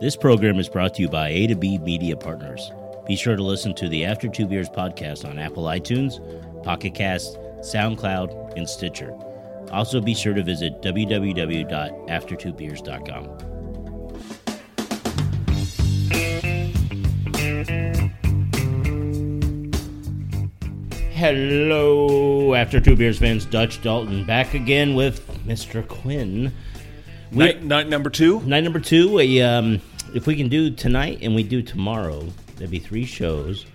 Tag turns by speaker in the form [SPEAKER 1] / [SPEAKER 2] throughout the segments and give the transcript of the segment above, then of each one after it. [SPEAKER 1] This program is brought to you by A to B Media Partners. Be sure to listen to the After Two Beers podcast on Apple iTunes, Pocket Cast, SoundCloud, and Stitcher. Also, be sure to visit www.aftertwobeers.com. Hello, After Two Beers fans. Dutch Dalton back again with Mr. Quinn. We-
[SPEAKER 2] Night, night number two.
[SPEAKER 1] Night number two. A, um, if we can do tonight and we do tomorrow, there'd be three shows,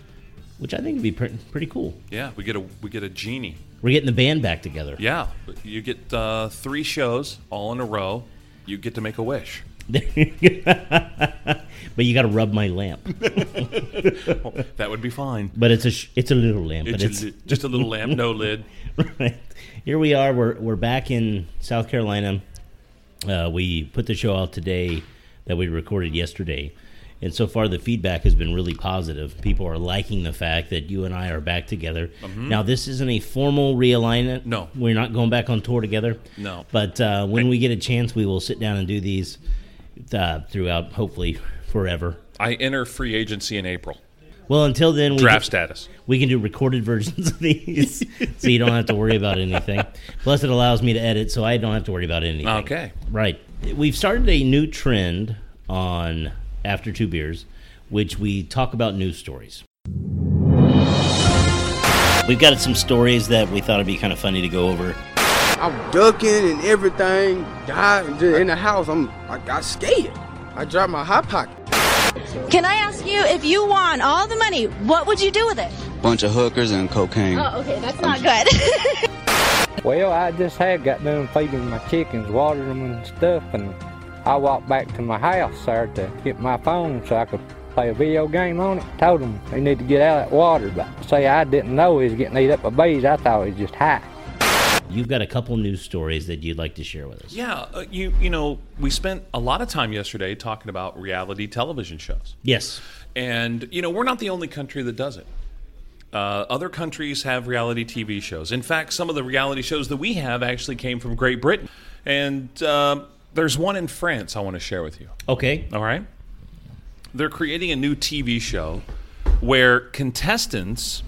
[SPEAKER 1] which I think would be pre- pretty cool.
[SPEAKER 2] Yeah, we get a we get a genie.
[SPEAKER 1] We're getting the band back together.
[SPEAKER 2] Yeah, you get uh, three shows all in a row. You get to make a wish.
[SPEAKER 1] but you got to rub my lamp.
[SPEAKER 2] That would be fine.
[SPEAKER 1] But it's a sh- it's a little lamp.
[SPEAKER 2] It's
[SPEAKER 1] but it's
[SPEAKER 2] a li- just a little lamp, no lid.
[SPEAKER 1] right. Here we are. We're we're back in South Carolina. Uh, we put the show out today that we recorded yesterday, and so far the feedback has been really positive. People are liking the fact that you and I are back together. Now this isn't a formal realignment.
[SPEAKER 2] Mm-hmm. No.
[SPEAKER 1] we're not going back on tour together.
[SPEAKER 2] No.
[SPEAKER 1] but uh, when we get a chance, we will sit down and do these uh, throughout, hopefully forever.
[SPEAKER 2] I enter free agency in April.
[SPEAKER 1] Well, until then, we
[SPEAKER 2] Draft status.
[SPEAKER 1] we can do recorded versions of these, so you don't have to worry about anything. Plus, it allows me to edit, so I don't have to worry about anything.
[SPEAKER 2] Okay.
[SPEAKER 1] Right. We've started a new trend on After Two Beers, which we talk about news stories. We've got some stories that we thought it'd be kind of funny to go over.
[SPEAKER 3] I'm ducking and everything, diving just in the house. I'm I got scared. I dropped my hot pocket.
[SPEAKER 4] Can I ask you if you won all the money, what would you do with it?
[SPEAKER 5] bunch of hookers and cocaine.
[SPEAKER 4] Oh, okay, that's not good.
[SPEAKER 6] Well, I just had got done feeding my chickens, watering them and stuff, and I walked back to my house there to get my phone so I could play a video game on it. Told them they need to get out of that water, but say I didn't know he was getting ate up by bees. I thought he was just high.
[SPEAKER 1] You've got a couple news stories that you'd like to share with us.
[SPEAKER 2] Yeah, uh, you you know we spent a lot of time yesterday talking about reality television shows.
[SPEAKER 1] Yes.
[SPEAKER 2] And, you know, we're not the only country that does it. Uh, other countries have reality TV shows. In fact, some of the reality shows that we have actually came from Great Britain. And um there's one in France I want to share with you.
[SPEAKER 1] Okay.
[SPEAKER 2] All right? They're creating a new TV show where contestants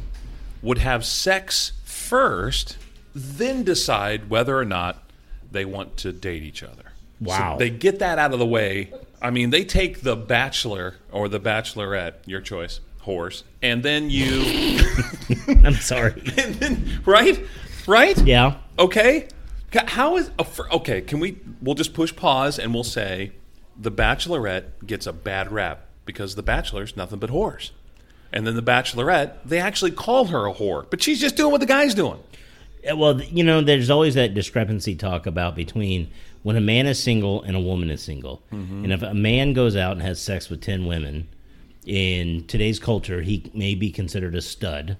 [SPEAKER 2] would have sex first, then decide whether or not they want to date each other.
[SPEAKER 1] Wow.
[SPEAKER 2] So they get that out of the way. I mean, they take the bachelor or the bachelorette, your choice, horse, and then you,
[SPEAKER 1] I'm sorry.
[SPEAKER 2] and then, right? Right?
[SPEAKER 1] yeah.
[SPEAKER 2] Okay. Ca- How is, oh, for- okay, can we, we'll just push pause and we'll say the bachelorette gets a bad rap because the bachelor's nothing but whores. And then the bachelorette, they actually call her a whore, but she's just doing what the guy's doing.
[SPEAKER 1] Yeah, Uh, Well, you know, there's always that discrepancy talk about between when a man is single and a woman is single.
[SPEAKER 2] Mm-hmm.
[SPEAKER 1] And if a man goes out and has sex with 10 women, in today's culture, he may be considered a stud.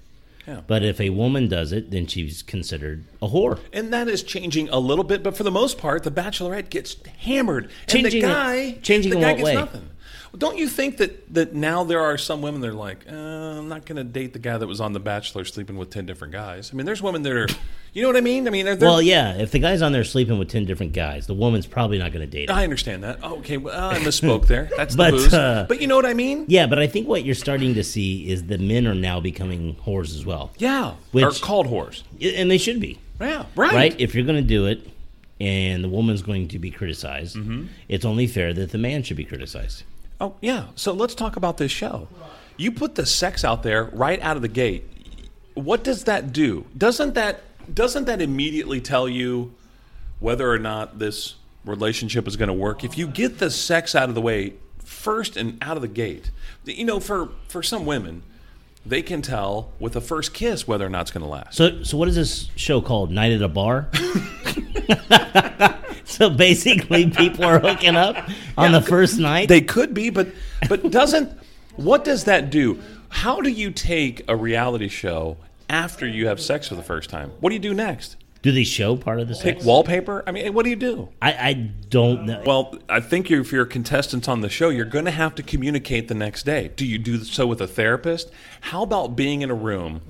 [SPEAKER 2] Yeah.
[SPEAKER 1] But if a woman does it, then she's considered a whore.
[SPEAKER 2] And that is changing a little bit, but for the most part, the bachelorette gets hammered,
[SPEAKER 1] Changing it-
[SPEAKER 2] and the guy,
[SPEAKER 1] changing
[SPEAKER 2] the
[SPEAKER 1] in
[SPEAKER 2] guy
[SPEAKER 1] what
[SPEAKER 2] gets
[SPEAKER 1] way?
[SPEAKER 2] nothing. Well, don't you think that that now there are some women that are like, uh, I'm not going to date the guy that was on The Bachelor sleeping with ten different guys. I mean, there's women that are, you know what I mean? I mean, they're, they're-
[SPEAKER 1] Well, yeah, if the guy's on there sleeping with 10 different guys, the woman's probably not going to date him.
[SPEAKER 2] I understand that. Oh, okay, well, I misspoke there. That's
[SPEAKER 1] But,
[SPEAKER 2] the booze.
[SPEAKER 1] uh,
[SPEAKER 2] but you know what I mean?
[SPEAKER 1] Yeah, but I think what you're starting to see is that men are now becoming whores as well.
[SPEAKER 2] Yeah, or
[SPEAKER 1] Which-
[SPEAKER 2] called whores.
[SPEAKER 1] And they should be.
[SPEAKER 2] Yeah, right.
[SPEAKER 1] right? If you're going to do it, and the woman's going to be criticized,
[SPEAKER 2] Mm-hmm.
[SPEAKER 1] it's only fair that the man should be criticized.
[SPEAKER 2] Oh yeah. So let's talk about this show. You put the sex out there right out of the gate. What does that do? Doesn't that doesn't that immediately tell you whether or not this relationship is going to work? If you get the sex out of the way first and out of the gate, you know, for for some women, they can tell with a first kiss whether or not it's going to last.
[SPEAKER 1] So, so what is this show called? Night at a bar. so basically, people are hooking up on the first night.
[SPEAKER 2] They could be, but but doesn't what does that do? How do you take a reality show after you have sex for the first time? What do you do next?
[SPEAKER 1] do they show part of the
[SPEAKER 2] Pick
[SPEAKER 1] sex?
[SPEAKER 2] wallpaper? I mean, what do you do?
[SPEAKER 1] I, I don't know.
[SPEAKER 2] Well, I think you if you're contestants on the show, you're going to have to communicate the next day. Do you do so with a therapist? How about being in a room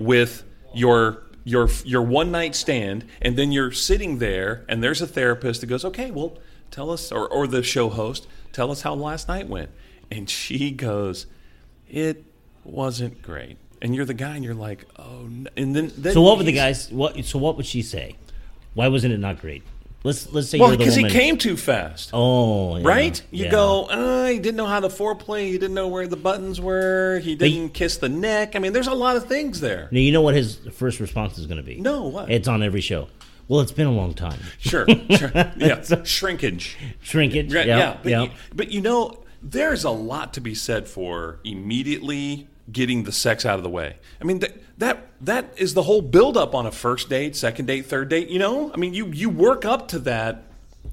[SPEAKER 2] with your your your one night stand, and then you're sitting there, and there's a therapist that goes, "Okay, well, tell us," or or the show host, Tell us how last night went. And she goes, It wasn't great. And you're the guy, and you're like, Oh, no. and then, then
[SPEAKER 1] So what would the
[SPEAKER 2] he's-
[SPEAKER 1] guys? What so what would she say? Why wasn't it not great? Let's let's say
[SPEAKER 2] Well,
[SPEAKER 1] you're the
[SPEAKER 2] because
[SPEAKER 1] woman.
[SPEAKER 2] he came too fast.
[SPEAKER 1] Oh, yeah,
[SPEAKER 2] Right? You
[SPEAKER 1] yeah.
[SPEAKER 2] go, uh, he didn't know how to foreplay. He didn't know where the buttons were. He
[SPEAKER 1] But-
[SPEAKER 2] didn't kiss the neck. I mean, there's a lot of things there.
[SPEAKER 1] Now you know what his first response is going to be.
[SPEAKER 2] No, what?
[SPEAKER 1] It's on every show. Well, it's been a long time.
[SPEAKER 2] Sure, sure. Yeah, shrinkage.
[SPEAKER 1] Shrinkage.
[SPEAKER 2] Right,
[SPEAKER 1] yeah,
[SPEAKER 2] yeah, but,
[SPEAKER 1] yeah.
[SPEAKER 2] You, but you know, there's a lot to be said for immediately getting the sex out of the way. I mean, that that that is the whole buildup on a first date, second date, third date. You know, I mean, you you work up to that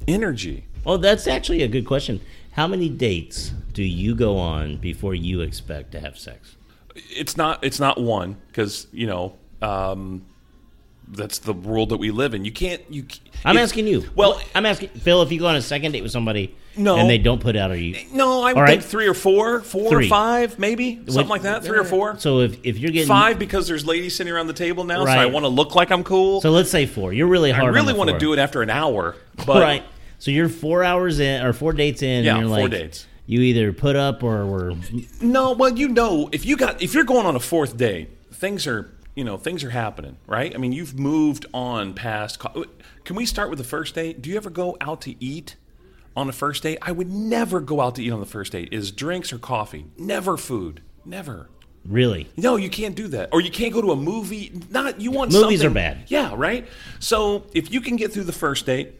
[SPEAKER 2] energy.
[SPEAKER 1] Oh, that's actually a good question. How many dates do you go on before you expect to have sex?
[SPEAKER 2] It's not it's not one because you know. Um, that's the world that we live in. You can't. You. c-
[SPEAKER 1] I'm
[SPEAKER 2] if-
[SPEAKER 1] asking you.
[SPEAKER 2] Well,
[SPEAKER 1] I'm asking Phil if you go on a second date with somebody
[SPEAKER 2] No.
[SPEAKER 1] and they don't put out a you
[SPEAKER 2] no, I
[SPEAKER 1] All
[SPEAKER 2] would
[SPEAKER 1] right.
[SPEAKER 2] think three or four, four
[SPEAKER 1] Three.
[SPEAKER 2] or five, maybe something
[SPEAKER 1] What-
[SPEAKER 2] like that. Three or four.
[SPEAKER 1] So if, if you're getting
[SPEAKER 2] five because there's ladies sitting around the table now, so I
[SPEAKER 1] Right.
[SPEAKER 2] want to look like I'm cool.
[SPEAKER 1] so let's say four. You're really
[SPEAKER 2] I
[SPEAKER 1] hard.
[SPEAKER 2] really
[SPEAKER 1] want to
[SPEAKER 2] do it after an hour, but
[SPEAKER 1] right. So you're four hours in or four dates in.
[SPEAKER 2] Yeah,
[SPEAKER 1] and you're
[SPEAKER 2] four
[SPEAKER 1] like,
[SPEAKER 2] dates.
[SPEAKER 1] You either put up or we're
[SPEAKER 2] no. Well, you know, if you got if you're going on a fourth date, things are you know things are happening, right? I mean, you've moved on past. co- Can we start with the first date? Do you ever go out to eat? On the first date, I would never go out to eat on the first date. Is drinks or coffee? Never food. Never.
[SPEAKER 1] really.
[SPEAKER 2] No, you can't do that. Or you can't go to a movie. Not you want
[SPEAKER 1] Movies
[SPEAKER 2] something-
[SPEAKER 1] are bad.
[SPEAKER 2] Yeah, right. So if you can get through the first date,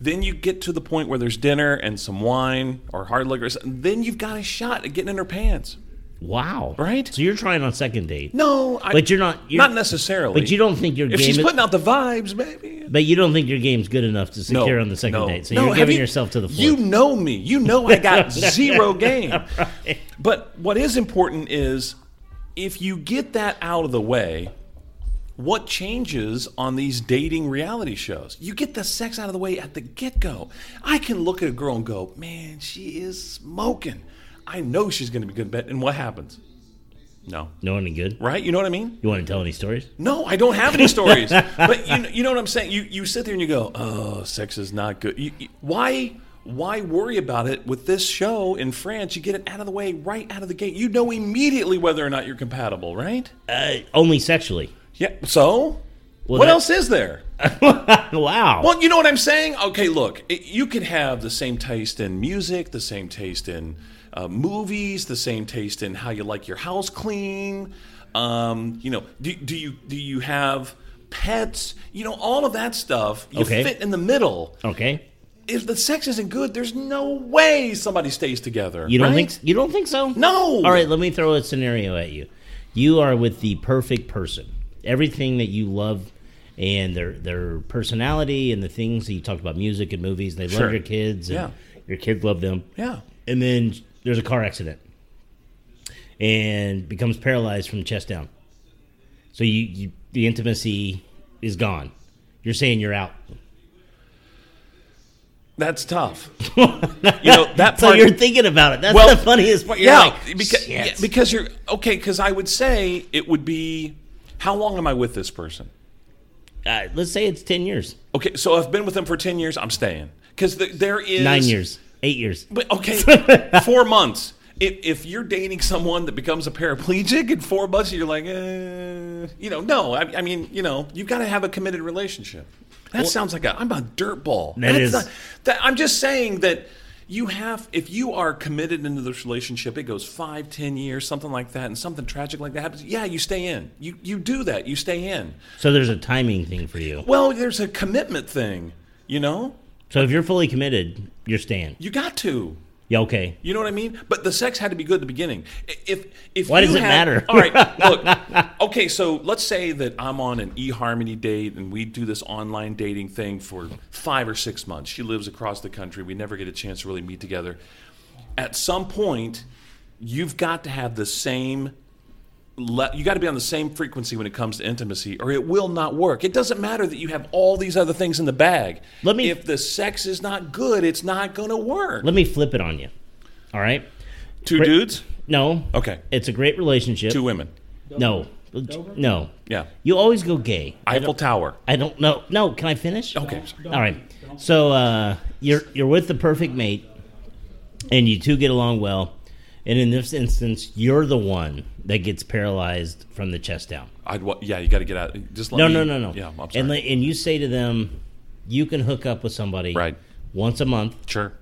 [SPEAKER 2] then you get to the point where there's dinner and some wine or hard liquor. Then you've got a shot at getting in her pants.
[SPEAKER 1] Wow.
[SPEAKER 2] Right?
[SPEAKER 1] So you're trying on second date.
[SPEAKER 2] No, I,
[SPEAKER 1] But you're not- you're-
[SPEAKER 2] not necessarily.
[SPEAKER 1] But you don't think your
[SPEAKER 2] If
[SPEAKER 1] game
[SPEAKER 2] she's
[SPEAKER 1] is,
[SPEAKER 2] putting out the vibes, maybe.
[SPEAKER 1] but you don't think your game's good enough to secure on the second
[SPEAKER 2] no.
[SPEAKER 1] date. So
[SPEAKER 2] No,
[SPEAKER 1] you're
[SPEAKER 2] have
[SPEAKER 1] giving
[SPEAKER 2] you-
[SPEAKER 1] yourself to the fourth.
[SPEAKER 2] You know me. You know I got zero game. But what is important is if you get that out of the way, what changes on these dating reality shows? You get the sex out of the way at the get go. I can look at a girl and go, man, she is smoking. I know she's going to be good in bed. And what happens? No.
[SPEAKER 1] no one good.
[SPEAKER 2] Right? You know what I mean?
[SPEAKER 1] You want to tell any stories?
[SPEAKER 2] No, I don't have any stories. but you, you know what I'm saying. You you sit there and you go, oh, sex is not good. You, you- why why worry about it with this show in France? You get it out of the way right out of the gate. You know immediately whether or not you're compatible, right?
[SPEAKER 1] Uh, only sexually.
[SPEAKER 2] Yeah. So.
[SPEAKER 1] Well,
[SPEAKER 2] what
[SPEAKER 1] that-
[SPEAKER 2] else is there?
[SPEAKER 1] Wow.
[SPEAKER 2] Well, you know what I'm saying? Okay, look, it, you could have the same taste in music, the same taste in uh, movies, the same taste in how you like your house clean. Um, you know, do, do you do you have pets? You know, all of that stuff. You
[SPEAKER 1] Okay.
[SPEAKER 2] fit in the middle.
[SPEAKER 1] Okay.
[SPEAKER 2] If the sex isn't good, there's no way somebody stays together.
[SPEAKER 1] You don't
[SPEAKER 2] right?
[SPEAKER 1] think you don't think so?
[SPEAKER 2] No.
[SPEAKER 1] All right, let me throw a scenario at you. You are with the perfect person. Everything that you love and their their personality and the things that you talked about music and movies, they
[SPEAKER 2] Sure.
[SPEAKER 1] love your kids and
[SPEAKER 2] Yeah.
[SPEAKER 1] your kids love them.
[SPEAKER 2] Yeah.
[SPEAKER 1] And then there's a car accident and becomes paralyzed from chest down. So you, you the intimacy is gone. You're saying you're out.
[SPEAKER 2] That's tough. you know that part.
[SPEAKER 1] So you're thinking about it. That's
[SPEAKER 2] Well,
[SPEAKER 1] the funniest part. You're
[SPEAKER 2] yeah,
[SPEAKER 1] like,
[SPEAKER 2] because
[SPEAKER 1] "Shit."
[SPEAKER 2] yeah, because you're okay. Because I would say it would be how long am I with this person?
[SPEAKER 1] uh, let's say it's ten years.
[SPEAKER 2] Okay, so I've been with them for ten years. I'm staying because th- there is
[SPEAKER 1] Nine years. Eight years.
[SPEAKER 2] But okay, four months. If, if you're dating someone that becomes a paraplegic in four months, you're like, uh, you know, no. I, I mean, you know, you've got to have a committed relationship. That sounds like a I'm a dirtball.
[SPEAKER 1] That is-
[SPEAKER 2] that, I'm just saying that you have. If you are committed into this relationship, it goes five, ten years, something like that, and something tragic like that happens. Yeah, you stay in. You you do that. You stay in.
[SPEAKER 1] So there's a timing thing for you.
[SPEAKER 2] Well, there's a commitment thing. You know,
[SPEAKER 1] So if you're fully committed, you're staying.
[SPEAKER 2] you got to.
[SPEAKER 1] Yeah, okay.
[SPEAKER 2] You know what I mean? But the sex had to be good at the beginning. I- If if
[SPEAKER 1] Why
[SPEAKER 2] you
[SPEAKER 1] does it
[SPEAKER 2] had-
[SPEAKER 1] matter?
[SPEAKER 2] All right, look. Okay, so let's say that I'm on an eHarmony date and we do this online dating thing for five or six months. She lives across the country. We never get a chance to really meet together. At some point, you've got to have the same. Le- you got to be on the same frequency when it comes to intimacy, or it will not work. It doesn't matter that you have all these other things in the bag.
[SPEAKER 1] Let me-
[SPEAKER 2] If the sex is not good, it's not going to work.
[SPEAKER 1] Let me flip it on you. All right?
[SPEAKER 2] Two dudes.
[SPEAKER 1] No.
[SPEAKER 2] Okay.
[SPEAKER 1] It's a great relationship.
[SPEAKER 2] Two women.
[SPEAKER 1] No. No.
[SPEAKER 2] Yeah.
[SPEAKER 1] You always go gay.
[SPEAKER 2] Eiffel Tower.
[SPEAKER 1] I don't know. No, can I finish?
[SPEAKER 2] Okay. sorry.
[SPEAKER 1] All right. So uh, you're you're with the perfect mate, and you two get along well. And in this instance, you're the one that gets paralyzed from the chest down.
[SPEAKER 2] I'd wa- yeah, Oh, you got to get out. Just let
[SPEAKER 1] No,
[SPEAKER 2] me-
[SPEAKER 1] no, no, no.
[SPEAKER 2] Yeah, I'm sorry.
[SPEAKER 1] and like- and you say to them, you can hook up with somebody
[SPEAKER 2] Right.
[SPEAKER 1] once a month
[SPEAKER 2] sure.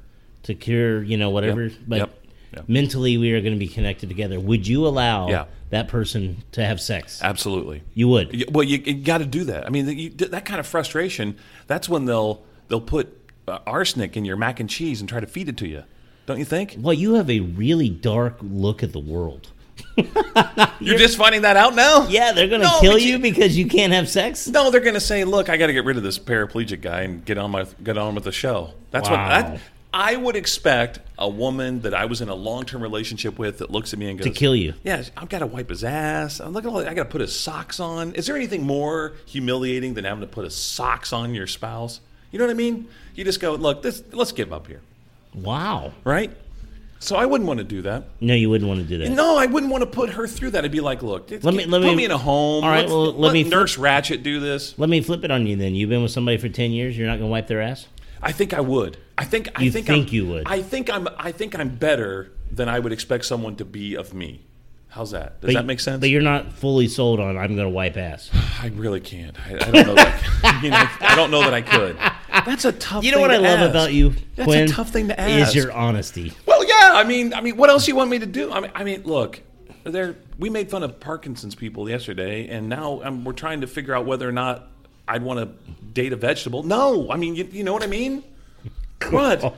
[SPEAKER 1] to cure, you know, whatever.
[SPEAKER 2] Yep,
[SPEAKER 1] But
[SPEAKER 2] yep, yep.
[SPEAKER 1] mentally, we are going to be connected together. Would you allow
[SPEAKER 2] Yeah.
[SPEAKER 1] that person to have sex?
[SPEAKER 2] Absolutely.
[SPEAKER 1] you would.
[SPEAKER 2] Y- Well, you, you got to do that. I mean, you, that kind of frustration. That's when they'll they'll put uh, arsenic in your mac and cheese and try to feed it to you. Don't you think?
[SPEAKER 1] Well, you have a really dark look at the world.
[SPEAKER 2] You're just finding that out now.
[SPEAKER 1] Yeah, they're going to
[SPEAKER 2] No,
[SPEAKER 1] kill
[SPEAKER 2] but
[SPEAKER 1] you because you can't have sex.
[SPEAKER 2] No, they're going to say, "Look, I got to get rid of this paraplegic guy and get on my get on with the show." That's
[SPEAKER 1] Wow.
[SPEAKER 2] what that, I would expect a woman that I was in a long term relationship with that looks at me and goes,
[SPEAKER 1] To kill you.
[SPEAKER 2] Yeah, I've got to wipe his ass. I'm looking. I got to put his socks on. Is there anything more humiliating than having to put his socks on your spouse? You know what I mean? You just go, "Look, this. Let's give up here,
[SPEAKER 1] Wow.
[SPEAKER 2] right?" So I wouldn't want to do that.
[SPEAKER 1] No, you wouldn't want to do that.
[SPEAKER 2] No, I wouldn't want to put her through that. I'd be like, "Look, let
[SPEAKER 1] me- let
[SPEAKER 2] put
[SPEAKER 1] me-
[SPEAKER 2] me, in a home.
[SPEAKER 1] All right,
[SPEAKER 2] Let's-
[SPEAKER 1] well,
[SPEAKER 2] let
[SPEAKER 1] let me-
[SPEAKER 2] Nurse Ratchet do this."
[SPEAKER 1] Let me flip it on you then. You've been with somebody for 10 years, you're not going to wipe their ass?
[SPEAKER 2] I think I would. I think I
[SPEAKER 1] You
[SPEAKER 2] think,
[SPEAKER 1] think
[SPEAKER 2] I'm-
[SPEAKER 1] you would.
[SPEAKER 2] I think I'm. I think I'm better than I would expect someone to be of me. How's that? Does
[SPEAKER 1] But-
[SPEAKER 2] that make sense?
[SPEAKER 1] But you're not fully sold on I'm going to wipe ass.
[SPEAKER 2] I really can't. I, I don't know. That, you know, I don't know that I could. That's a tough.
[SPEAKER 1] You know
[SPEAKER 2] thing
[SPEAKER 1] what I
[SPEAKER 2] to
[SPEAKER 1] love
[SPEAKER 2] ask.
[SPEAKER 1] about you,
[SPEAKER 2] That's
[SPEAKER 1] Quinn,
[SPEAKER 2] a tough thing to
[SPEAKER 1] Is
[SPEAKER 2] ask.
[SPEAKER 1] your honesty.
[SPEAKER 2] Well, yeah. I mean, I mean, what else you want me to do? I mean, I mean, look. There, we made fun of Parkinson's people yesterday, and now um, we're trying to figure out whether or not I'd want to date a vegetable. No, I mean, you, you know what I mean. What?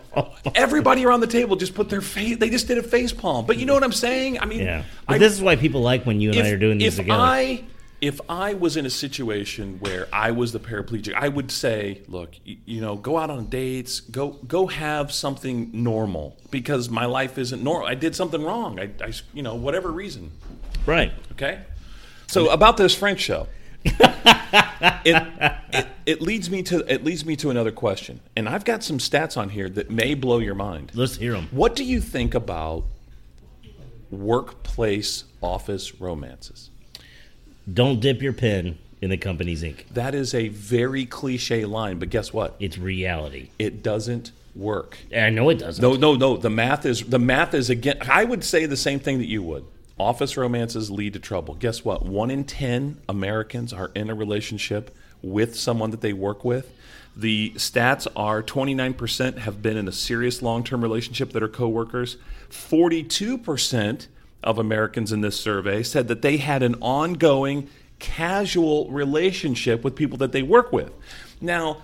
[SPEAKER 2] Everybody around the table just put their face. They just did a face palm. But you know what I'm saying? I mean,
[SPEAKER 1] Yeah. But
[SPEAKER 2] I,
[SPEAKER 1] this is why people like when you and I are doing these
[SPEAKER 2] if
[SPEAKER 1] together.
[SPEAKER 2] I, if I was in a situation where I was the paraplegic, I would say, look, you, you know, go out on dates, go go have something normal because my life isn't normal. I did something wrong. I, I s- you know, whatever reason.
[SPEAKER 1] right.
[SPEAKER 2] Okay. So about this French show, it, it it leads me to it leads me to another question, and I've got some stats on here that may blow your mind.
[SPEAKER 1] Let's hear them.
[SPEAKER 2] What do you think about workplace office romances?
[SPEAKER 1] Don't dip your pen in the company's ink.
[SPEAKER 2] That is a very cliche line, but guess what?
[SPEAKER 1] It's reality.
[SPEAKER 2] It doesn't work.
[SPEAKER 1] I know it doesn't.
[SPEAKER 2] No, no, no. The math is the math is again. I would say the same thing that you would. Office romances lead to trouble. Guess what? One in ten Americans are in a relationship with someone that they work with. The stats are 29% have been in a serious long-term relationship that are coworkers. 42% of Americans in this survey said that they had an ongoing casual relationship with people that they work with. Now,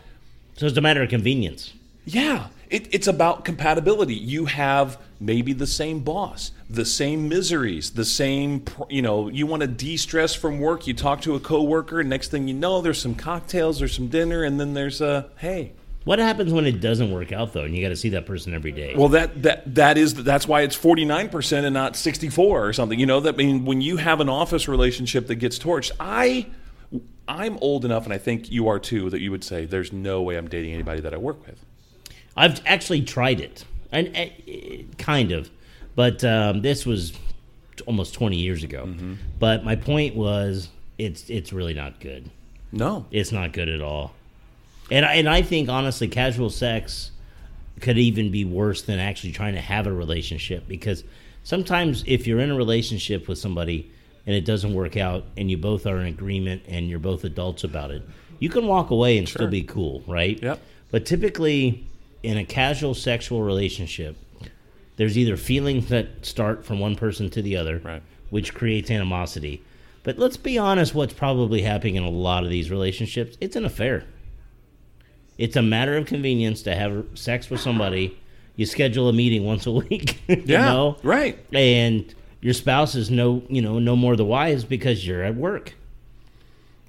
[SPEAKER 1] So it's a matter of convenience.
[SPEAKER 2] yeah, it, it's about compatibility. You have maybe the same boss, the same miseries, the same, pr- you know, you want to de stress from work. You talk to a coworker, and next thing you know, there's some cocktails or some dinner, and then there's a, hey,
[SPEAKER 1] What happens when it doesn't work out though, and you got to see that person every day?
[SPEAKER 2] Well, that that that is that's why it's forty nine percent and not sixty four or something. You know that I mean when you have an office relationship that gets torched, I. I'm old enough, and I think you are too, that you would say, "There's no way I'm dating anybody that I work with."
[SPEAKER 1] I've actually tried it, and uh, kind of, but um, this was t- almost twenty years ago. But my point was, it's it's really not good.
[SPEAKER 2] No,
[SPEAKER 1] It's not good at all, and I, and I think honestly, casual sex could even be worse than actually trying to have a relationship because sometimes if you're in a relationship with somebody and it doesn't work out and you both are in agreement and you're both adults about it, you can walk away and still be cool, right?
[SPEAKER 2] Yep.
[SPEAKER 1] But typically in a casual sexual relationship, there's either feelings that start from one person to the other,
[SPEAKER 2] Right.
[SPEAKER 1] which creates animosity. But let's be honest, what's probably happening in a lot of these relationships, it's an affair. It's a matter of convenience to have sex with somebody. You schedule a meeting once a week. you
[SPEAKER 2] yeah,
[SPEAKER 1] know?
[SPEAKER 2] right.
[SPEAKER 1] And your spouse is no, you know, no more the wise because you're at work.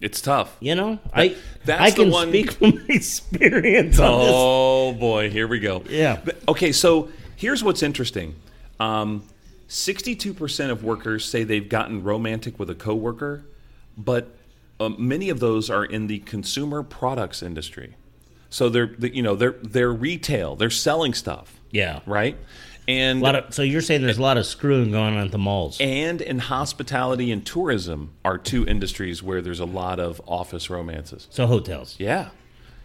[SPEAKER 2] It's tough.
[SPEAKER 1] You know, I
[SPEAKER 2] that's
[SPEAKER 1] I
[SPEAKER 2] the
[SPEAKER 1] can
[SPEAKER 2] one-
[SPEAKER 1] speak from experience on
[SPEAKER 2] Oh boy, here we go.
[SPEAKER 1] Yeah.
[SPEAKER 2] But- Okay, so here's what's interesting. Um, 62% of workers say they've gotten romantic with a coworker, but um, many of those are in the consumer products industry. So they're, they- you know, they're they're retail. They're selling stuff,
[SPEAKER 1] this. Yeah,
[SPEAKER 2] right? And
[SPEAKER 1] A lot of, so you're saying there's a lot of screwing going on at the malls.
[SPEAKER 2] and in hospitality and tourism are two industries where there's a lot of office romances.
[SPEAKER 1] so hotels,
[SPEAKER 2] Yeah.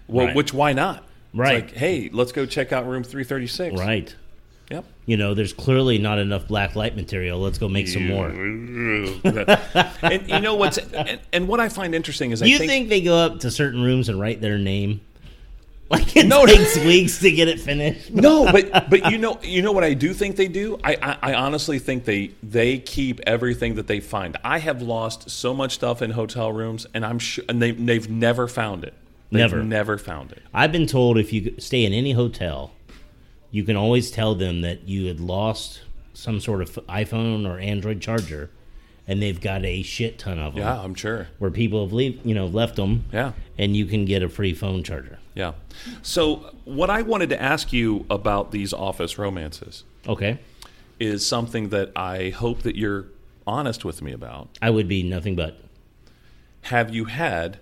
[SPEAKER 2] Well,
[SPEAKER 1] Right.
[SPEAKER 2] which why not? It's
[SPEAKER 1] Right.
[SPEAKER 2] like, hey, let's go check out room 336.
[SPEAKER 1] right?
[SPEAKER 2] Yep.
[SPEAKER 1] You know, there's clearly not enough black light material. Let's go make some more.
[SPEAKER 2] and you know what's and, and what I find interesting is I
[SPEAKER 1] you
[SPEAKER 2] think,
[SPEAKER 1] think, they go up to certain rooms and write their name? Like it
[SPEAKER 2] No, no.
[SPEAKER 1] takes weeks to get it finished.
[SPEAKER 2] no, but but you know you know what I do think they do. I, I I honestly think they they keep everything that they find. I have lost so much stuff in hotel rooms, and I'm sure and they they've never found it. They've
[SPEAKER 1] Never.
[SPEAKER 2] never found it.
[SPEAKER 1] I've been told if you stay in any hotel, you can always tell them that you had lost some sort of iPhone or Android charger, and they've got a shit ton of them.
[SPEAKER 2] Yeah, I'm sure.
[SPEAKER 1] Where people have leave, you know, left them.
[SPEAKER 2] Yeah.
[SPEAKER 1] And you can get a free phone charger.
[SPEAKER 2] Yeah. So what I wanted to ask you about these office romances
[SPEAKER 1] Okay.
[SPEAKER 2] is something that I hope that you're honest with me about.
[SPEAKER 1] I would be nothing but.
[SPEAKER 2] Have you had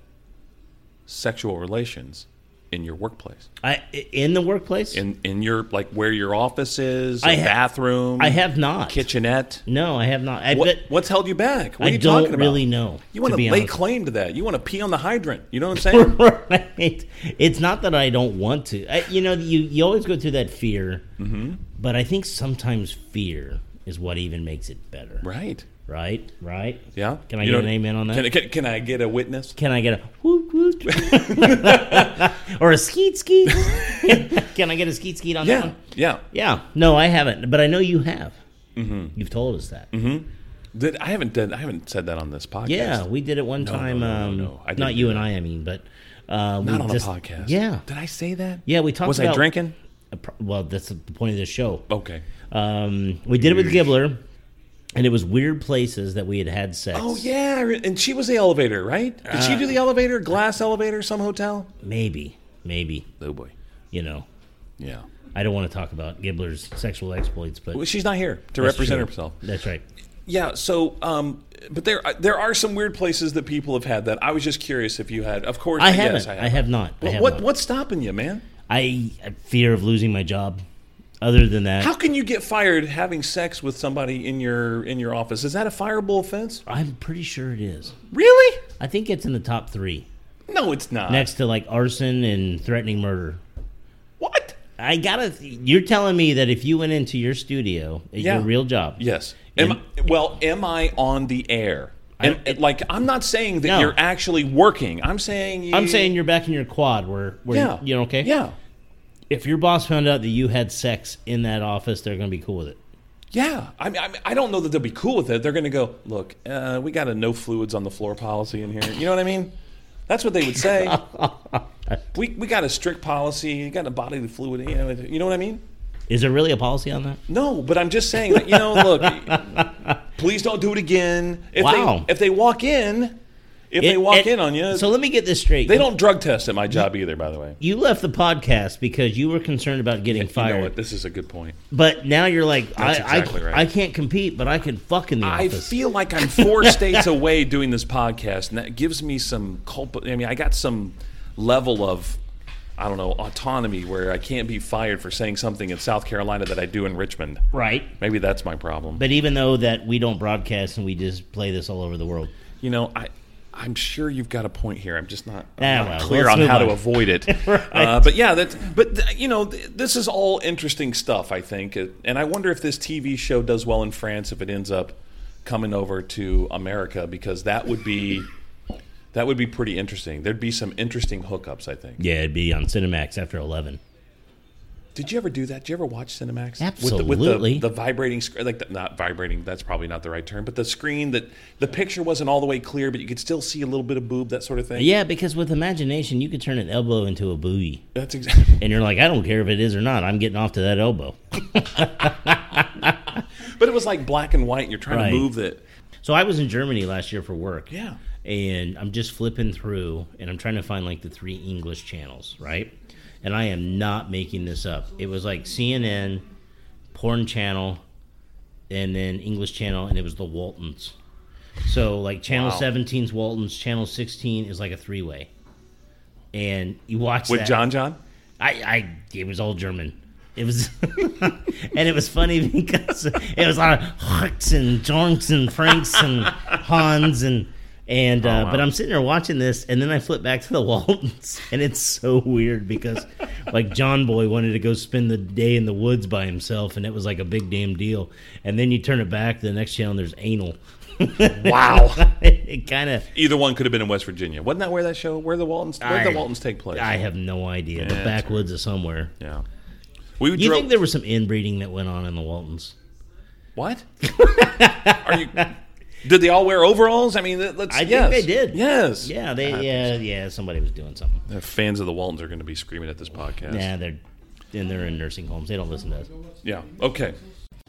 [SPEAKER 2] sexual relations in your workplace?
[SPEAKER 1] I in the workplace.
[SPEAKER 2] in in your like where your office is,
[SPEAKER 1] I
[SPEAKER 2] a
[SPEAKER 1] ha-
[SPEAKER 2] bathroom,
[SPEAKER 1] I have not.
[SPEAKER 2] kitchenette.
[SPEAKER 1] No, I have not. I
[SPEAKER 2] What,
[SPEAKER 1] bet
[SPEAKER 2] what's held you back? What
[SPEAKER 1] I
[SPEAKER 2] are you
[SPEAKER 1] don't
[SPEAKER 2] talking about?
[SPEAKER 1] really know,
[SPEAKER 2] You want
[SPEAKER 1] to
[SPEAKER 2] to
[SPEAKER 1] be
[SPEAKER 2] lay
[SPEAKER 1] honest.
[SPEAKER 2] claim to that. You want to pee on the hydrant. You know what I'm saying?
[SPEAKER 1] right. It's not that I don't want to. I, you know, you, you always go through that fear,
[SPEAKER 2] Mm-hmm.
[SPEAKER 1] but I think sometimes fear is what even makes it better.
[SPEAKER 2] right.
[SPEAKER 1] Right. Right.
[SPEAKER 2] Yeah.
[SPEAKER 1] Can I
[SPEAKER 2] You
[SPEAKER 1] get
[SPEAKER 2] know-
[SPEAKER 1] an amen on that?
[SPEAKER 2] Can, can, can I get a witness?
[SPEAKER 1] Can I get a whoop whoop or a skeet skeet? Can I get a skeet skeet on that
[SPEAKER 2] Yeah.
[SPEAKER 1] one?
[SPEAKER 2] Yeah.
[SPEAKER 1] Yeah. No, I haven't, but I know you have. Mm-hmm. You've told us that.
[SPEAKER 2] Did- I haven't done. I haven't said that on this podcast.
[SPEAKER 1] Yeah, we did it one
[SPEAKER 2] No,
[SPEAKER 1] time.
[SPEAKER 2] no, no,
[SPEAKER 1] um,
[SPEAKER 2] no, no. I didn't
[SPEAKER 1] not
[SPEAKER 2] do
[SPEAKER 1] you and I, I mean, but uh, we
[SPEAKER 2] Not on
[SPEAKER 1] just-
[SPEAKER 2] the podcast.
[SPEAKER 1] Yeah.
[SPEAKER 2] Did I say that?
[SPEAKER 1] Yeah, we talked
[SPEAKER 2] Was
[SPEAKER 1] about-
[SPEAKER 2] I drinking? Oh.
[SPEAKER 1] A pro- Well, that's the point of this show.
[SPEAKER 2] Okay.
[SPEAKER 1] Um, we did it with Gibbler, and it was weird places that we had had sex.
[SPEAKER 2] Oh yeah, I re- and she was the elevator, right? Did she do the elevator, glass elevator, some hotel?
[SPEAKER 1] Maybe, maybe.
[SPEAKER 2] Oh boy.
[SPEAKER 1] You know,
[SPEAKER 2] Yeah.
[SPEAKER 1] I don't want to talk about Gibbler's sexual exploits, but
[SPEAKER 2] Well, she's not here to
[SPEAKER 1] that's
[SPEAKER 2] represent
[SPEAKER 1] true.
[SPEAKER 2] herself.
[SPEAKER 1] That's right.
[SPEAKER 2] Yeah. So, um, but there there are some weird places that people have had that. I was just curious if you had. Of course,
[SPEAKER 1] I
[SPEAKER 2] yes,
[SPEAKER 1] haven't.
[SPEAKER 2] I,
[SPEAKER 1] I have not. I
[SPEAKER 2] What,
[SPEAKER 1] have
[SPEAKER 2] what
[SPEAKER 1] not.
[SPEAKER 2] what's stopping you, man?
[SPEAKER 1] I I fear of losing my job. Other than that,
[SPEAKER 2] How can you get fired having sex with somebody in your in your office? Is that a fireable offense?
[SPEAKER 1] I'm pretty sure it is.
[SPEAKER 2] Really?
[SPEAKER 1] I think it's in the top three,
[SPEAKER 2] No, it's not.
[SPEAKER 1] next to like arson and threatening murder.
[SPEAKER 2] What?
[SPEAKER 1] I gotta. You're telling me that if you went into your studio at
[SPEAKER 2] Yeah.
[SPEAKER 1] your real job,
[SPEAKER 2] Yes. Am
[SPEAKER 1] And-
[SPEAKER 2] I- well, am I on the air? Am,
[SPEAKER 1] it-
[SPEAKER 2] like, I'm not saying that
[SPEAKER 1] No.
[SPEAKER 2] you're actually working. I'm saying you,
[SPEAKER 1] I'm saying you're back in your quad where, where
[SPEAKER 2] yeah.
[SPEAKER 1] you know, okay?
[SPEAKER 2] Yeah.
[SPEAKER 1] If your boss found out that you had sex in that office, they're going to be cool with it.
[SPEAKER 2] Yeah, I mean, I mean, I don't know that they'll be cool with it. They're going to go, look, uh, we got a no fluids on the floor policy in here. You know what I mean? That's what they would say. we we got a strict policy. You got a bodily fluid. You know, you know what I mean?
[SPEAKER 1] Is there really a policy on that?
[SPEAKER 2] No, but I'm just saying that you know, look, please don't do it again. If
[SPEAKER 1] Wow.
[SPEAKER 2] they if they walk in, if they
[SPEAKER 1] It-
[SPEAKER 2] walk
[SPEAKER 1] it-
[SPEAKER 2] in on you,
[SPEAKER 1] So let me get this straight.
[SPEAKER 2] they don't drug test at my job either. By the way,
[SPEAKER 1] You left the podcast because you were concerned about getting
[SPEAKER 2] you know
[SPEAKER 1] fired,
[SPEAKER 2] what? This is a good point.
[SPEAKER 1] but now you're like,
[SPEAKER 2] That's
[SPEAKER 1] I,
[SPEAKER 2] exactly
[SPEAKER 1] I,
[SPEAKER 2] right.
[SPEAKER 1] I can't compete, but I can fuck in the
[SPEAKER 2] I
[SPEAKER 1] office.
[SPEAKER 2] feel like I'm four states away doing this podcast, and that gives me some culpa. I mean, I got some level of, I don't know, autonomy where I can't be fired for saying something in South Carolina that I do in Richmond.
[SPEAKER 1] right.
[SPEAKER 2] Maybe that's my problem.
[SPEAKER 1] But even though that we don't broadcast and we just play this all over the world,
[SPEAKER 2] you know, I. I'm sure you've got a point here. I'm just not,
[SPEAKER 1] Ah,
[SPEAKER 2] I'm not
[SPEAKER 1] well,
[SPEAKER 2] clear
[SPEAKER 1] let's
[SPEAKER 2] on
[SPEAKER 1] move
[SPEAKER 2] how to
[SPEAKER 1] on.
[SPEAKER 2] avoid it. uh,
[SPEAKER 1] Right.
[SPEAKER 2] but yeah, that's but th- you know, th- this is all interesting stuff. I think, It- and I wonder if this TV show does well in France if it ends up coming over to America because that would be that would be pretty interesting. There'd be some interesting hookups. I think.
[SPEAKER 1] yeah, it'd be on Cinemax after 11.
[SPEAKER 2] Did you ever do that? Did you ever watch Cinemax? With the,
[SPEAKER 1] Absolutely.
[SPEAKER 2] with the, the vibrating screen, like the, not vibrating. That's probably not the right term, but the screen that the picture wasn't all the way clear, but you could still see a little bit of boob, that sort of thing.
[SPEAKER 1] Yeah, because with imagination, you could turn an elbow into a buoy.
[SPEAKER 2] That's exactly.
[SPEAKER 1] And you're like, I don't care if it is or not. I'm getting off to that elbow.
[SPEAKER 2] But it was like black and white. And you're trying
[SPEAKER 1] Right.
[SPEAKER 2] to move it.
[SPEAKER 1] So I was in Germany last year for work.
[SPEAKER 2] Yeah.
[SPEAKER 1] And I'm just flipping through and I'm trying to find like the three English channels, right? And I am not making this up. It was like CNN, Porn Channel, and then English Channel, and it was the Waltons. So like Channel
[SPEAKER 2] Wow.
[SPEAKER 1] 17's Waltons, Channel 16 is like a three way. And you watch
[SPEAKER 2] with
[SPEAKER 1] that.
[SPEAKER 2] John John.
[SPEAKER 1] I, I it was all German. It was, and it was funny because it was a lot of Hucks and Jonks and Franks and Hans and and uh,
[SPEAKER 2] Oh,
[SPEAKER 1] but I'm sitting there watching this, and then I flip back to the Waltons, and it's so weird because like John Boy wanted to go spend the day in the woods by himself, and it was like a big damn deal. And then you turn it back to the next channel, and there's anal.
[SPEAKER 2] Wow.
[SPEAKER 1] it kind of.
[SPEAKER 2] Either one could have been in West Virginia. Wasn't that where that show? Where the Waltons? Where
[SPEAKER 1] I-
[SPEAKER 2] the Waltons take place?
[SPEAKER 1] I have no idea.
[SPEAKER 2] Yeah,
[SPEAKER 1] the
[SPEAKER 2] that's
[SPEAKER 1] backwoods of somewhere.
[SPEAKER 2] yeah. We
[SPEAKER 1] You
[SPEAKER 2] drove.
[SPEAKER 1] think there was some inbreeding that went on in the Waltons?
[SPEAKER 2] what? Are you? Did they all wear overalls? I mean, let- let's.
[SPEAKER 1] I think
[SPEAKER 2] yes.
[SPEAKER 1] they did.
[SPEAKER 2] Yes.
[SPEAKER 1] Yeah, they. Yeah, yeah. Somebody was doing something.
[SPEAKER 2] The fans of the Waltons are going to be screaming at this podcast.
[SPEAKER 1] Yeah, they're and they're in nursing homes. They don't listen to us.
[SPEAKER 2] Yeah. Okay.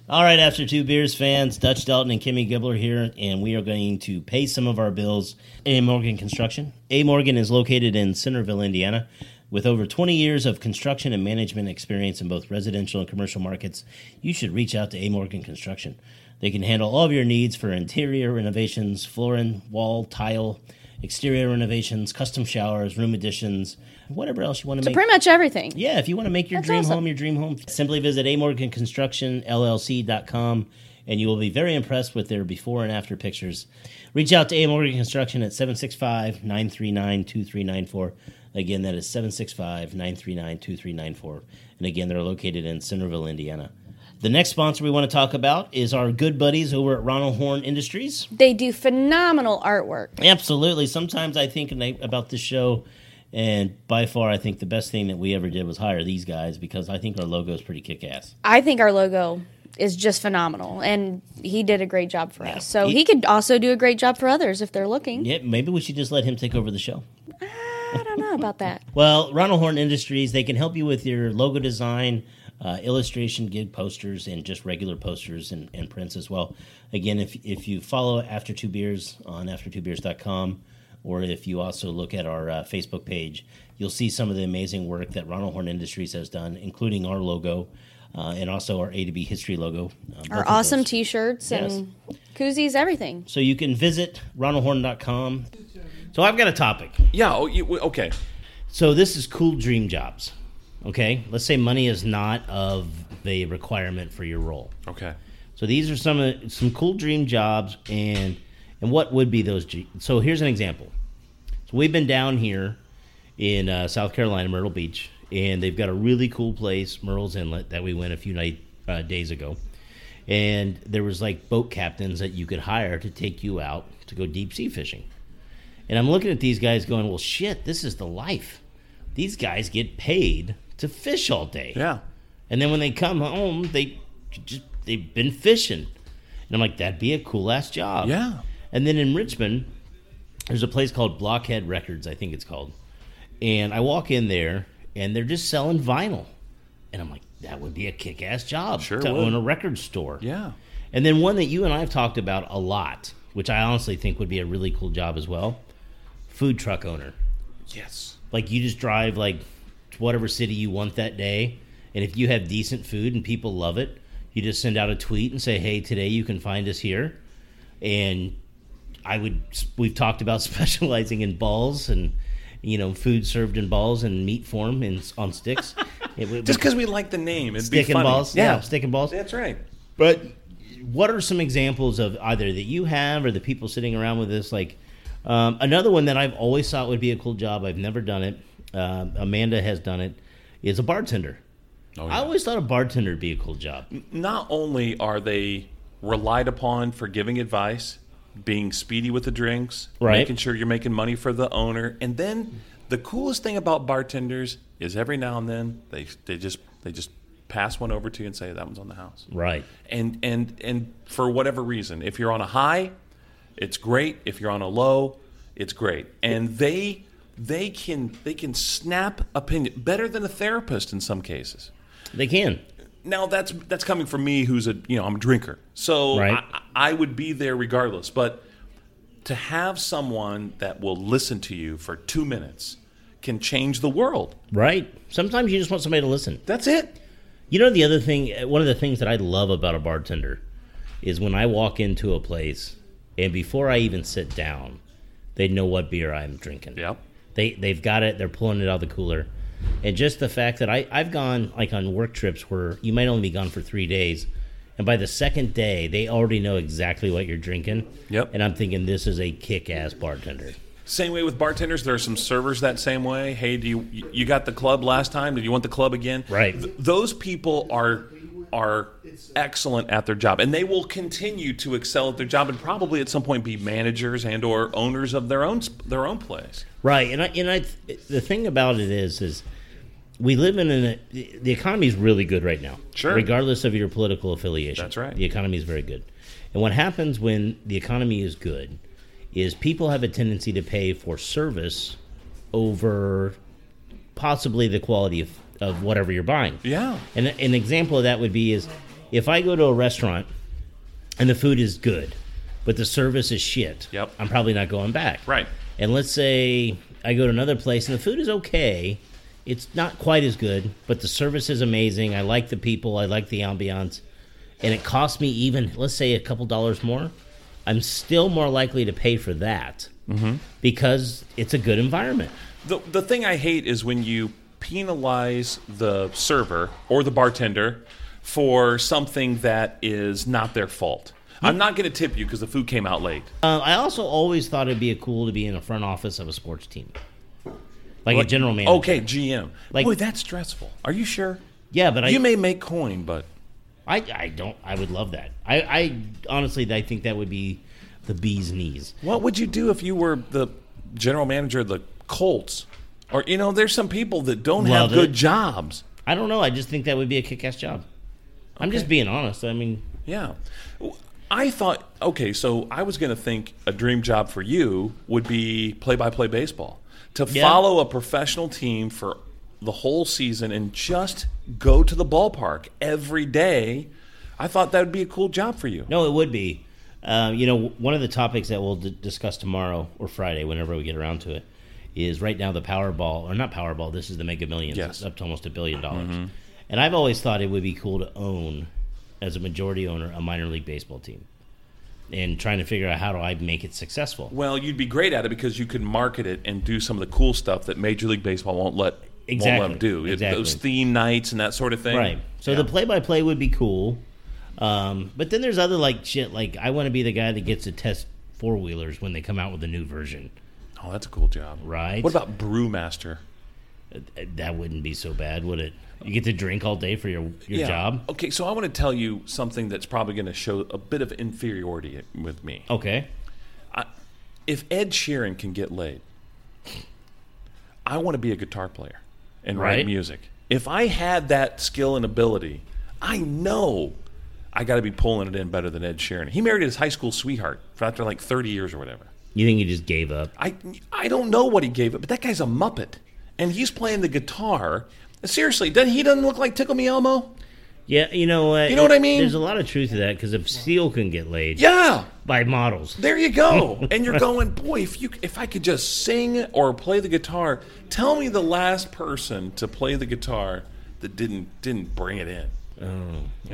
[SPEAKER 1] All right, after two beers, fans, Dutch Dalton and Kimmy Gibbler here, and we are going to pay some of our bills. A Morgan Construction. A Morgan is located in Centerville, Indiana. With over 20 years of construction and management experience in both residential and commercial markets, you should reach out to A Morgan Construction. They can handle all of your needs for interior renovations, flooring, wall, tile, exterior renovations, custom showers, room additions, whatever else you want to
[SPEAKER 4] So
[SPEAKER 1] make.
[SPEAKER 4] pretty much everything.
[SPEAKER 1] Yeah, if you want to make your
[SPEAKER 4] That's
[SPEAKER 1] dream
[SPEAKER 4] awesome.
[SPEAKER 1] home your dream home, simply visit amorganconstructionllc.com and you will be very impressed with their before and after pictures. Reach out to A Morgan Construction at 765 939 2394. Again, that is 765 939 2394. And again, they're located in Centerville, Indiana. The next sponsor we want to talk about is our good buddies over at Ronald Horn Industries.
[SPEAKER 4] They do phenomenal artwork.
[SPEAKER 1] Absolutely. Sometimes I think and I- about the show, and by far, I think the best thing that we ever did was hire these guys because I think our logo is pretty kick ass.
[SPEAKER 4] I think our logo is just phenomenal, and he did a great job for us. So
[SPEAKER 1] He-
[SPEAKER 4] he, could also do a great job for others if they're looking.
[SPEAKER 1] Yeah, maybe we should just let him take over the show.
[SPEAKER 4] I don't know about that.
[SPEAKER 1] Well, Ronald Horn Industries, they can help you with your logo design, uh, illustration, gig posters, and just regular posters and, and prints as well. Again, if, if you follow After Two Beers on aftertwobeers.com, or if you also look at our uh, Facebook page, you'll see some of the amazing work that Ronald Horn Industries has done, including our logo uh, and also our A to B history logo. Uh, both
[SPEAKER 4] Our
[SPEAKER 1] of
[SPEAKER 4] awesome
[SPEAKER 1] those.
[SPEAKER 4] t shirts and koozies, everything.
[SPEAKER 1] So you can visit ronaldhorn.com. So I've got a topic.
[SPEAKER 2] Yeah. Oh, you, okay.
[SPEAKER 1] So this is cool dream jobs. Okay, let's say money is not of the requirement for your role.
[SPEAKER 2] Okay.
[SPEAKER 1] So these are some of the- some cool dream jobs, and and what would be those? g- So here's an example. So we've been down here in uh, South Carolina, Myrtle Beach, and they've got a really cool place, Myrtle's Inlet, that we went a few night uh, days ago. And there was like boat captains that you could hire to take you out to go deep sea fishing. And I'm looking at these guys going, "Well, shit, this is the life. These guys get paid to fish all day."
[SPEAKER 2] Yeah.
[SPEAKER 1] And then when they come home, they just they've been fishing. And I'm like, that'd be a cool ass job.
[SPEAKER 2] Yeah.
[SPEAKER 1] And then in Richmond, there's a place called Blockhead Records, I think it's called. And I walk in there and they're just selling vinyl. And I'm like, that would be a kick ass job
[SPEAKER 2] Sure
[SPEAKER 1] to
[SPEAKER 2] would.
[SPEAKER 1] own a record store.
[SPEAKER 2] Yeah.
[SPEAKER 1] And then one that you and I have talked about a lot, which I honestly think would be a really cool job as well. Food truck owner
[SPEAKER 2] Yes.
[SPEAKER 1] like you just drive like to whatever city you want that day and if you have decent food and people love it you just send out a tweet and say hey today you can find us here and i would we've talked about specializing in balls and you know food served in balls and meat form and on sticks it would
[SPEAKER 2] Just because we like the name, it'd
[SPEAKER 1] stick
[SPEAKER 2] be
[SPEAKER 1] and
[SPEAKER 2] funny.
[SPEAKER 1] balls yeah. stick and balls
[SPEAKER 2] That's right.
[SPEAKER 1] but what are some examples of either that you have or the people sitting around with this? Like um, another one that I've always thought would be a cool job. I've never done it. Uh, Amanda has done it. Is a bartender.
[SPEAKER 2] Oh,
[SPEAKER 1] I always thought a bartender would be a cool job.
[SPEAKER 2] not only are they relied upon for giving advice, being speedy with the drinks,
[SPEAKER 1] Right.
[SPEAKER 2] making sure you're making money for the owner, and then the coolest thing about bartenders is every now and then they they just they just pass one over to you and say that one's on the house.
[SPEAKER 1] Right.
[SPEAKER 2] And and and for whatever reason, if you're on a high, it's great. If you're on a low, it's great. And they they can they can snap opinion better than a therapist in some cases
[SPEAKER 1] They can.
[SPEAKER 2] now that's that's coming from me who's a you know i'm a drinker so
[SPEAKER 1] Right.
[SPEAKER 2] I, I would be there regardless but to have someone that will listen to you for two minutes can change the world
[SPEAKER 1] Right. Sometimes you just want somebody to listen.
[SPEAKER 2] that's it
[SPEAKER 1] You know, the other thing, uh, one of the things that I love about a bartender is when I walk into a place and before I even sit down, they know what beer I'm drinking.
[SPEAKER 2] yep
[SPEAKER 1] They they've got it. They're pulling it out of the cooler, and just the fact that I I've gone like on work trips where you might only be gone for three days, and by the second day they already know exactly what you're drinking.
[SPEAKER 2] Yep.
[SPEAKER 1] And I'm thinking this is a kick ass bartender.
[SPEAKER 2] Same way with bartenders. There are some servers that same way. Hey, do you you got the club last time? Do you want the club again?
[SPEAKER 1] Right.
[SPEAKER 2] Th- those people are are excellent at their job, and they will continue to excel at their job, and probably at some point be managers and or owners of their own sp- their own place.
[SPEAKER 1] Right, and I and I the thing about it is is we live in an the economy is really good right now.
[SPEAKER 2] Sure.
[SPEAKER 1] Regardless of your political affiliation.
[SPEAKER 2] That's right.
[SPEAKER 1] The economy is very good. And what happens when the economy is good is people have a tendency to pay for service over possibly the quality of, of whatever you're buying.
[SPEAKER 2] Yeah.
[SPEAKER 1] And an example of that would be is if I go to a restaurant and the food is good, but the service is shit.
[SPEAKER 2] Yep.
[SPEAKER 1] I'm probably not going back.
[SPEAKER 2] Right.
[SPEAKER 1] And let's say I go to another place and the food is okay. It's not quite as good, but the service is amazing. I like the people. I like the ambiance. And it costs me even, let's say, a couple dollars more. I'm still more likely to pay for that
[SPEAKER 2] Mm-hmm.
[SPEAKER 1] because it's a good environment.
[SPEAKER 2] The the thing I hate is when you penalize the server or the bartender for something that is not their fault.
[SPEAKER 1] Hmm?
[SPEAKER 2] I'm not going to tip you because the food came out late.
[SPEAKER 1] Uh, I also always thought it'd be cool to be in a front office of a sports team, like, a general manager.
[SPEAKER 2] Okay, GM.
[SPEAKER 1] Like-
[SPEAKER 2] Boy, that's stressful. Are you sure?
[SPEAKER 1] Yeah, but I,
[SPEAKER 2] you may make coin, but
[SPEAKER 1] I, I don't. I would love that. I, I honestly, I think that would be the bee's knees.
[SPEAKER 2] what would you do if you were the general manager of the Colts? Or you know, there's some people that don't
[SPEAKER 1] Well,
[SPEAKER 2] have
[SPEAKER 1] there-
[SPEAKER 2] good jobs.
[SPEAKER 1] I don't know. I just think that would be a kick-ass job. I'm just being honest. I mean,
[SPEAKER 2] Yeah. W- I thought, okay, so I was going to think a dream job for you would be play by play baseball to
[SPEAKER 1] Yeah.
[SPEAKER 2] follow a professional team for the whole season and just go to the ballpark every day. I thought that would be a cool job for you.
[SPEAKER 1] no, it would be. Uh, you know, one of the topics that we'll d- discuss tomorrow or Friday, whenever we get around to it, is right now the Powerball or not Powerball. This is the Mega Millions.
[SPEAKER 2] Yes. Mm-hmm.
[SPEAKER 1] It's up to almost a billion dollars. And I've always thought it would be cool to own, as a majority owner, a minor league baseball team, and trying to figure out how do I make it successful.
[SPEAKER 2] Well, you'd be great at it because you could market it and do some of the cool stuff that Major League Baseball won't let, won't let
[SPEAKER 1] Exactly.
[SPEAKER 2] 'em do. It-
[SPEAKER 1] Exactly.
[SPEAKER 2] Those theme nights and that sort of thing.
[SPEAKER 1] Right. So the play-by-play would be cool, um, but then there's other like shit. Like I want to be the guy that gets to test four wheelers when they come out with a new version.
[SPEAKER 2] Oh, that's a cool job.
[SPEAKER 1] Right.
[SPEAKER 2] What about Brewmaster?
[SPEAKER 1] Uh, That wouldn't be so bad, would it? You get to drink all day for your your
[SPEAKER 2] Yeah.
[SPEAKER 1] job.
[SPEAKER 2] Okay, so I want to tell you something that's probably going to show a bit of inferiority with me.
[SPEAKER 1] Okay.
[SPEAKER 2] If Ed Sheeran can get laid, I want to be a guitar player and
[SPEAKER 1] Right.
[SPEAKER 2] write music. If I had that skill and ability, I know I got to be pulling it in better than Ed Sheeran. He married his high school sweetheart after like 30 years or whatever.
[SPEAKER 1] You think you just gave up?
[SPEAKER 2] I I don't know what he gave it, but that guy's a muppet, and he's playing the guitar. Seriously, doesn't he doesn't look like Tickle Me Elmo?
[SPEAKER 1] Yeah. You know what?
[SPEAKER 2] You know what I mean?
[SPEAKER 1] There's a lot of truth to that because if Seal can get laid
[SPEAKER 2] Yeah.
[SPEAKER 1] by models,
[SPEAKER 2] There you go. And you're going, boy, if you if I could just sing or play the guitar, tell me the last person to play the guitar that didn't didn't bring it in.
[SPEAKER 1] I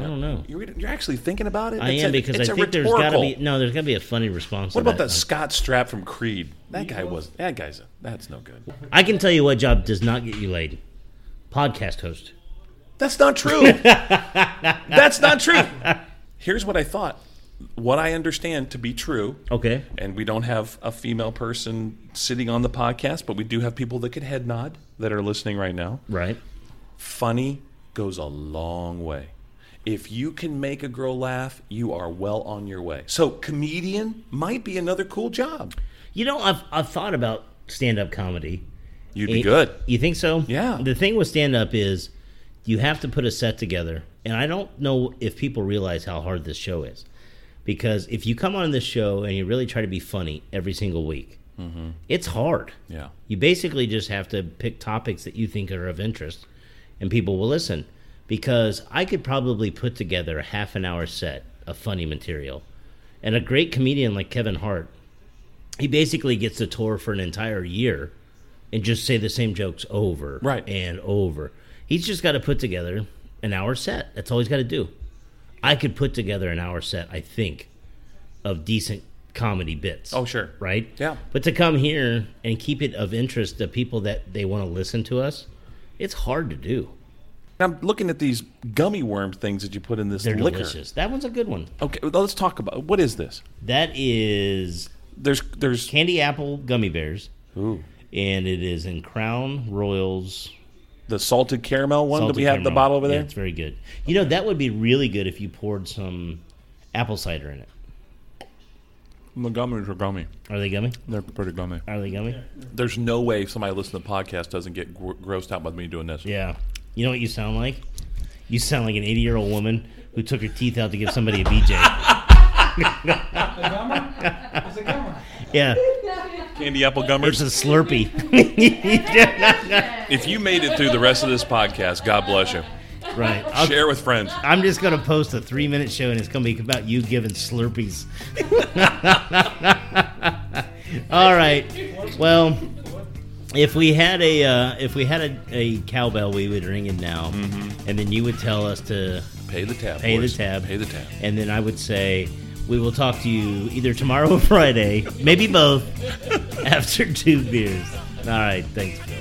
[SPEAKER 1] don't know.
[SPEAKER 2] You're, you're actually thinking about it.
[SPEAKER 1] I
[SPEAKER 2] It's
[SPEAKER 1] am
[SPEAKER 2] a-
[SPEAKER 1] because I
[SPEAKER 2] it's a
[SPEAKER 1] think there's got to
[SPEAKER 2] rhetorical.
[SPEAKER 1] be no. There's got to be a funny response.
[SPEAKER 2] What
[SPEAKER 1] to
[SPEAKER 2] about that
[SPEAKER 1] that
[SPEAKER 2] Scott Strap from Creed? That guy was. That guy's. A, that's no good.
[SPEAKER 1] I can tell you what job does not get you laid. Podcast host.
[SPEAKER 2] That's not true. that's not true. Here's what I thought. What I understand to be true.
[SPEAKER 1] Okay.
[SPEAKER 2] and we don't have a female person sitting on the podcast, but we do have people that could head nod that are listening right now.
[SPEAKER 1] Right.
[SPEAKER 2] Funny goes a long way. If you can make a girl laugh, you are well on your way. So, comedian might be another cool job.
[SPEAKER 1] You know, I've I've thought about stand up comedy.
[SPEAKER 2] You'd be
[SPEAKER 1] And-
[SPEAKER 2] good.
[SPEAKER 1] Eh, You think so?
[SPEAKER 2] Yeah.
[SPEAKER 1] The thing with stand up is you have to put a set together, and I don't know if people realize how hard this show is, because if you come on this show and you really try to be funny every single week,
[SPEAKER 2] Mm-hmm.
[SPEAKER 1] it's hard.
[SPEAKER 2] Yeah.
[SPEAKER 1] You basically just have to pick topics that you think are of interest and people will listen. Because I could probably put together a half an hour set of funny material. And a great comedian like Kevin Hart, he basically gets to tour for an entire year and just say the same jokes over
[SPEAKER 2] Right.
[SPEAKER 1] and over. He's just got to put together an hour set. That's all he's got to do. I could put together an hour set, I think, of decent comedy bits
[SPEAKER 2] Oh, sure.
[SPEAKER 1] right?
[SPEAKER 2] Yeah.
[SPEAKER 1] But to come here and keep it of interest to people that they want to listen to us, it's hard to do.
[SPEAKER 2] I'm looking at these gummy worm things that you put in this
[SPEAKER 1] They're
[SPEAKER 2] liquor.
[SPEAKER 1] delicious. That one's a good one.
[SPEAKER 2] Okay, well, let's talk about what is this?
[SPEAKER 1] That is
[SPEAKER 2] There's there's
[SPEAKER 1] candy apple gummy bears,
[SPEAKER 2] ooh,
[SPEAKER 1] and it is in Crown Royals.
[SPEAKER 2] the salted caramel one that
[SPEAKER 1] salted
[SPEAKER 2] we have in the
[SPEAKER 1] caramel.
[SPEAKER 2] bottle over
[SPEAKER 1] Yeah,
[SPEAKER 2] there.
[SPEAKER 1] it's very good. You know that would be really good if you poured some apple cider in it.
[SPEAKER 2] the gummies are gummy.
[SPEAKER 1] Are they gummy?
[SPEAKER 2] They're pretty gummy.
[SPEAKER 1] Are they gummy?
[SPEAKER 2] There's no way somebody listening to the podcast doesn't get gr- grossed out by me doing this.
[SPEAKER 1] Yeah. You know what you sound like? You sound like an 80 year old woman who took her teeth out to give somebody a BJ. yeah.
[SPEAKER 2] Candy apple
[SPEAKER 1] It's
[SPEAKER 2] gummers.
[SPEAKER 1] a Slurpee.
[SPEAKER 2] If you made it through the rest of this podcast, God bless you.
[SPEAKER 1] right. I'll,
[SPEAKER 2] Share with friends.
[SPEAKER 1] I'm just going to post a three minute show and it's going to be about you giving Slurpees. All right. Well. If we had a uh, if we had a, a cowbell, we would ring it now, and then you would tell us to
[SPEAKER 2] Pay the tab.
[SPEAKER 1] pay the
[SPEAKER 2] boys.
[SPEAKER 1] tab.
[SPEAKER 2] Pay the tab.
[SPEAKER 1] And then I would say, we will talk to you either tomorrow or Friday, maybe both, after two beers. All right, thanks, Bill.